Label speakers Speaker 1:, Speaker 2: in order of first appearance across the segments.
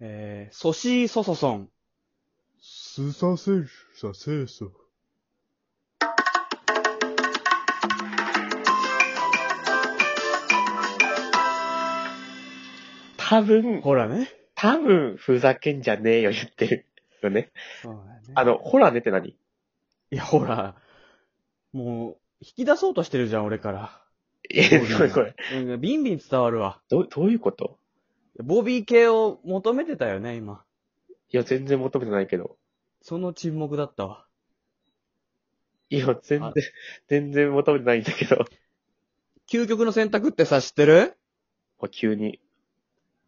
Speaker 1: えー、ソシーソソソン。
Speaker 2: すさせる、させそ。
Speaker 3: 多分、
Speaker 1: ほらね。
Speaker 3: 多分、ふざけんじゃねえよ、言ってる。よね。
Speaker 1: そうだよね。
Speaker 3: あの、ホラーねって何
Speaker 1: いや、ほら。もう、引き出そうとしてるじゃん、俺から。
Speaker 3: え、これこれ。
Speaker 1: うん、ビンビン伝わるわ。
Speaker 3: どう、どういうこと
Speaker 1: ボビー系を求めてたよね、今。
Speaker 3: いや、全然求めてないけど。
Speaker 1: その沈黙だったわ。
Speaker 3: いや、全然
Speaker 1: あ、
Speaker 3: 全然求めてないんだけど。
Speaker 1: 究極の選択ってさ、知ってる
Speaker 3: あ急に。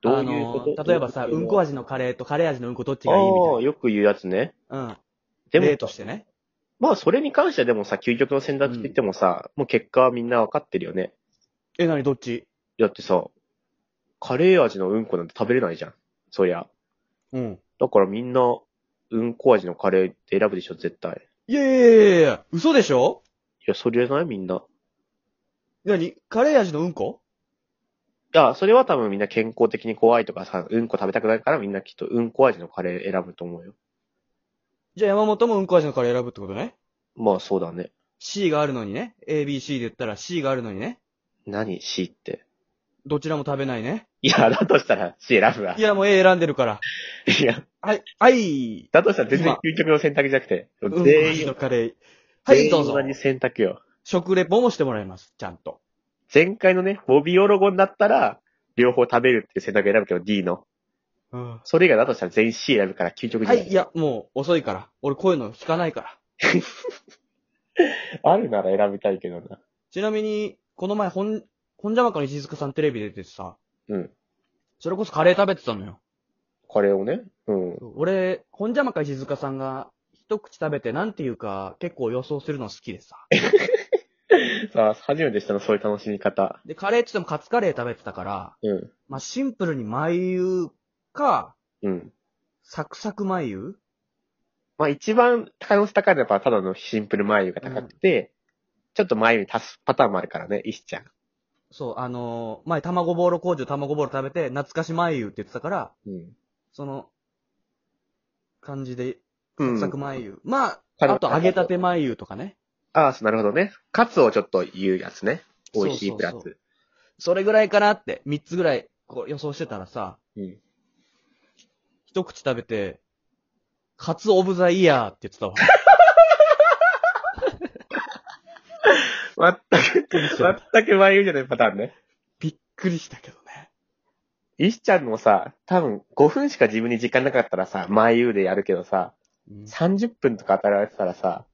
Speaker 3: どういうこと、
Speaker 1: あのー例えばさ、うんこ味のカレーとカレー味のうんこどっちがいいみ
Speaker 3: ああ、よく言うやつね。
Speaker 1: たいな。うん。
Speaker 3: で
Speaker 1: 例
Speaker 3: も
Speaker 1: と、してね。
Speaker 3: まあ、それに関してはでもさ、究極の選択って言ってもさ、もう結果はみんなわかってるよね。
Speaker 1: え、なにどっち
Speaker 3: だってさ、カレー味のうんこなんて食べれないじゃん。そりゃ。
Speaker 1: うん。
Speaker 3: だからみんな、うんこ味のカレーって選ぶでしょ、絶対。
Speaker 1: いやいやいやいや嘘でしょ
Speaker 3: いや、それじゃないみんな。
Speaker 1: なにカレー味のうんこ
Speaker 3: いや、それは多分みんな健康的に怖いとかさ、うんこ食べたくないからみんなきっとうんこ味のカレー選ぶと思うよ。
Speaker 1: じゃあ山本もうんこ味のカレー選ぶってことね。
Speaker 3: まあそうだね。
Speaker 1: C があるのにね。ABC で言ったら C があるのにね。
Speaker 3: 何 ?C って。
Speaker 1: どちらも食べないね。
Speaker 3: いや、だとしたら C 選ぶわ。
Speaker 1: いや、もう A 選んでるから。
Speaker 3: いや、
Speaker 1: はい、はい。
Speaker 3: だとしたら全然究極の選択じゃなくて、
Speaker 1: うんこ
Speaker 3: 全
Speaker 1: 味
Speaker 3: 員、
Speaker 1: のカレー。はい、
Speaker 3: 全
Speaker 1: ど
Speaker 3: 員
Speaker 1: うぞ
Speaker 3: 同。じ選択よ。
Speaker 1: 食レポもしてもらいます。ちゃんと。
Speaker 3: 前回のね、ボビオロゴンだったら、両方食べるっていう選択選ぶけど D の。
Speaker 1: うん。
Speaker 3: それ以外だとしたら全員 C 選ぶから究極じ
Speaker 1: は
Speaker 3: ゃない
Speaker 1: い、いや、もう遅いから。俺こういうの聞かないから。
Speaker 3: あるなら選びたいけどな。
Speaker 1: ちなみに、この前、ほん、ほんじゃまかの石塚さんテレビ出ててさ、
Speaker 3: うん。
Speaker 1: それこそカレー食べてたのよ。
Speaker 3: カレーをね。うん。
Speaker 1: 俺、ほんじゃまか石塚さんが、一口食べてなんていうか、結構予想するの好きでさ。
Speaker 3: さあ、初めてしたの、そういう楽しみ方。
Speaker 1: で、カレーって言ってもカツカレー食べてたから、
Speaker 3: うん。
Speaker 1: まあ、シンプルに眉か、
Speaker 3: うん。
Speaker 1: サクサク眉
Speaker 3: まあ一番可能性高いのはやっぱただのシンプル眉が高くて、ちょっと眉に足すパターンもあるからね、石ちゃん。
Speaker 1: そう、あのー前卵ボーロ工場卵ボーロ食べて、懐かし眉って言ってたから、
Speaker 3: うん。
Speaker 1: その、感じで、
Speaker 3: う
Speaker 1: サク
Speaker 3: ん
Speaker 1: サク眉。まあ、
Speaker 3: カレー
Speaker 1: あと揚げたて眉とかね。
Speaker 3: ああ、そうなるほどね。カツをちょっと言うやつね。
Speaker 1: そうそう
Speaker 3: 美
Speaker 1: そう
Speaker 3: 味しいプラス。う
Speaker 1: それぐらいかなって、3つぐらいこう予想してたらさ、
Speaker 3: ん。
Speaker 1: 一口食べて、カツオブザイヤーって言って たわ。
Speaker 3: まったく、全く眉じゃないパターンね。
Speaker 1: びっくりしたけどね。
Speaker 3: 石ちゃんもさ、多分5分しか自分に時間なかったらさ、眉でやるけどさ、
Speaker 1: うん
Speaker 3: 30分とか与えられてたらさ、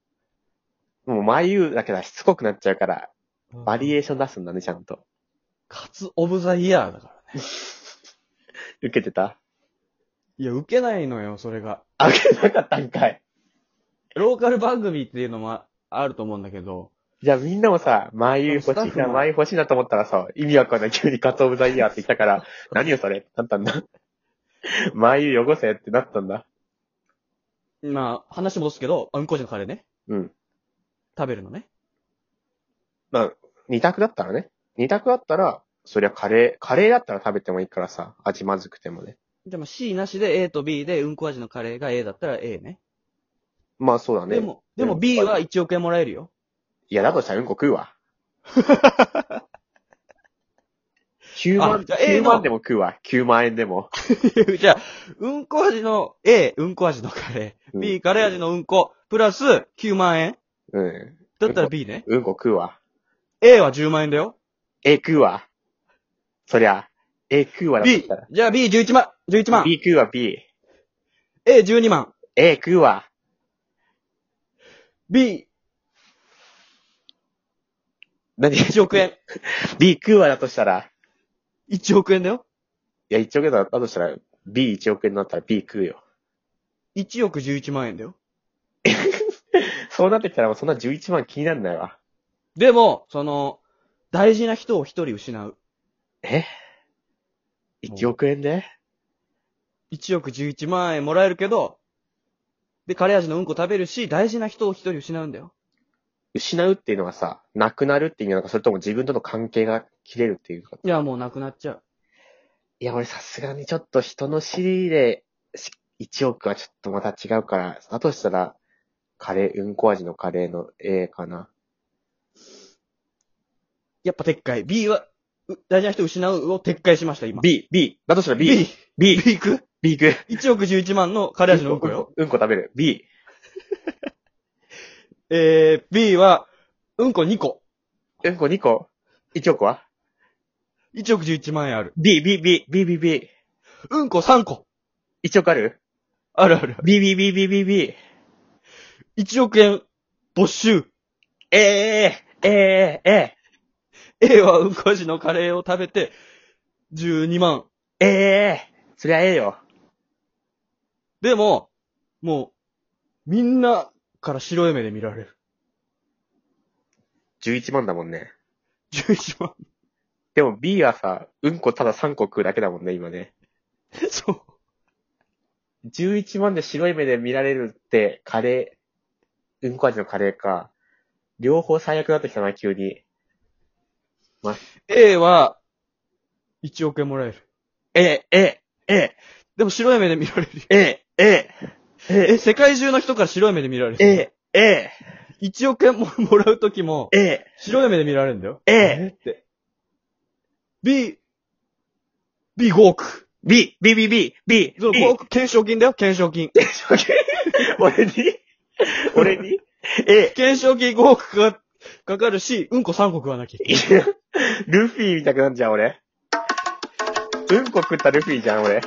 Speaker 3: もう眉だけだしつこくなっちゃうから、バリエーション出すんだね、ちゃんと。
Speaker 1: カツオブザイヤーだからね。
Speaker 3: 受けてた
Speaker 1: いや、受けないのよ、それが。
Speaker 3: あ、受けてなかったんかい。
Speaker 1: ローカル番組っていうのもあると思うんだけど、
Speaker 3: じゃあみんなもさ、眉欲
Speaker 1: スタッ
Speaker 3: しい
Speaker 1: フ
Speaker 3: な、
Speaker 1: も
Speaker 3: 眉欲しいなと思ったらさ、意味わかんない急にカツオブザイヤーって言ったから、 何よそれってなったんだ。眉汚せってなったんだ。
Speaker 1: まあ、話戻すけど、あうんこじのカレーね。
Speaker 3: うん。
Speaker 1: 食べるのね。
Speaker 3: まあ、二択だったらね。二択だったら、そりゃカレー、カレーだったら食べてもいいからさ、味まずくてもね。
Speaker 1: じゃあまあ C なしで A と B で、うんこ味のカレーが A だったら A ね。
Speaker 3: まあそうだね。
Speaker 1: でも、でも
Speaker 3: うん
Speaker 1: B は1億円もらえるよ。
Speaker 3: いや、だとしたらうんこ食うわ。9
Speaker 1: あ
Speaker 3: 万、
Speaker 1: じゃあ A
Speaker 3: 9
Speaker 1: の
Speaker 3: 万でも食うわ。9万円でも。
Speaker 1: じゃあ、うんこ味の A、うんこ味のカレ
Speaker 3: う
Speaker 1: ー。
Speaker 3: ん
Speaker 1: B、カレー味のうんこ、プラス9万円
Speaker 3: うん。
Speaker 1: だったら B ね。
Speaker 3: うんこ食うわ。
Speaker 1: A は10万円だよ。
Speaker 3: A 食うわ。そりゃ、A 食うわだと
Speaker 1: B
Speaker 3: したら。、
Speaker 1: じゃあ B11 万、11万。
Speaker 3: B 食うわ、B。
Speaker 1: A12 万。
Speaker 3: A 食うわ。
Speaker 1: B、
Speaker 3: 何
Speaker 1: 1億円。
Speaker 3: B 食うわだとしたら。
Speaker 1: 1億円だよ。
Speaker 3: いや、1億円だとしたら、B1 億円になったら B 食うよ。
Speaker 1: 1億11万円だよ。
Speaker 3: そうなってきたらもうそんな11万気になんないわ。
Speaker 1: でも、その、大事な人を一人失う。
Speaker 3: え ?1 億円で
Speaker 1: 1億11万円もらえるけど、で、カレー味のうんこ食べるし、大事な人を一人失うんだよ。
Speaker 3: 失うっていうのはさ、なくなるっていう意味なのか、それとも自分との関係が切れるっていうか。
Speaker 1: いや、もうなくなっちゃう。
Speaker 3: いや、俺さすがにちょっと人の尻でし1億はちょっとまた違うから、だとしたら、カレー、うんこ味のカレーの A かな。
Speaker 1: やっぱ撤回。B は、う大事な人失うを撤回しました、今。
Speaker 3: B、B。だとしたら B。
Speaker 1: B
Speaker 3: B、
Speaker 1: 行く
Speaker 3: B 行く。
Speaker 1: ?1 億11万のカレー味のうんこよ。
Speaker 3: うんこ食べる。B。
Speaker 1: えー、B は、うんこ2個。
Speaker 3: うんこ2個。1億は
Speaker 1: 1億11万円ある。
Speaker 3: ?B、B、B、B、B、B。
Speaker 1: うんこ3個。
Speaker 3: 1億ある
Speaker 1: あるある。
Speaker 3: ?B、B、B、B、B、B。
Speaker 1: 1億円、没収。
Speaker 3: ええええええ
Speaker 1: A はうんこ味のカレーを食べて、12万。
Speaker 3: ええそりゃええよ。
Speaker 1: でも、もう、みんなから白い目で見られる。
Speaker 3: 11万だもんね。
Speaker 1: 11万。
Speaker 3: でも B はさ、うんこただ3個食うだけだもんね、今ね。
Speaker 1: そう。
Speaker 3: 11万で白い目で見られるって、カレー、うんこ味のカレーか。両方最悪になってきたな、急に。
Speaker 1: A は、1億円もらえる。
Speaker 3: ええ、ええ、え
Speaker 1: でも白い目で見られるよ。
Speaker 3: え、ええ、え
Speaker 1: え、世界中の人から白い目で見られ
Speaker 3: え、
Speaker 1: る。
Speaker 3: ええ、え
Speaker 1: 1億円ももらうときも、
Speaker 3: え、え
Speaker 1: 白い目で見られるんだよ。
Speaker 3: え、ええ、
Speaker 1: って。B、B5 億。
Speaker 3: B、B、B、B、B、
Speaker 1: その
Speaker 3: B
Speaker 1: 5億、懸賞金だよ、懸賞金。
Speaker 3: 俺に俺にえ
Speaker 1: 懸賞金5億かか、かかるし、うんこ3個食わなきゃ。
Speaker 3: え、ルフィみたくなんじゃん、俺。うんこ食ったルフィじゃん、俺。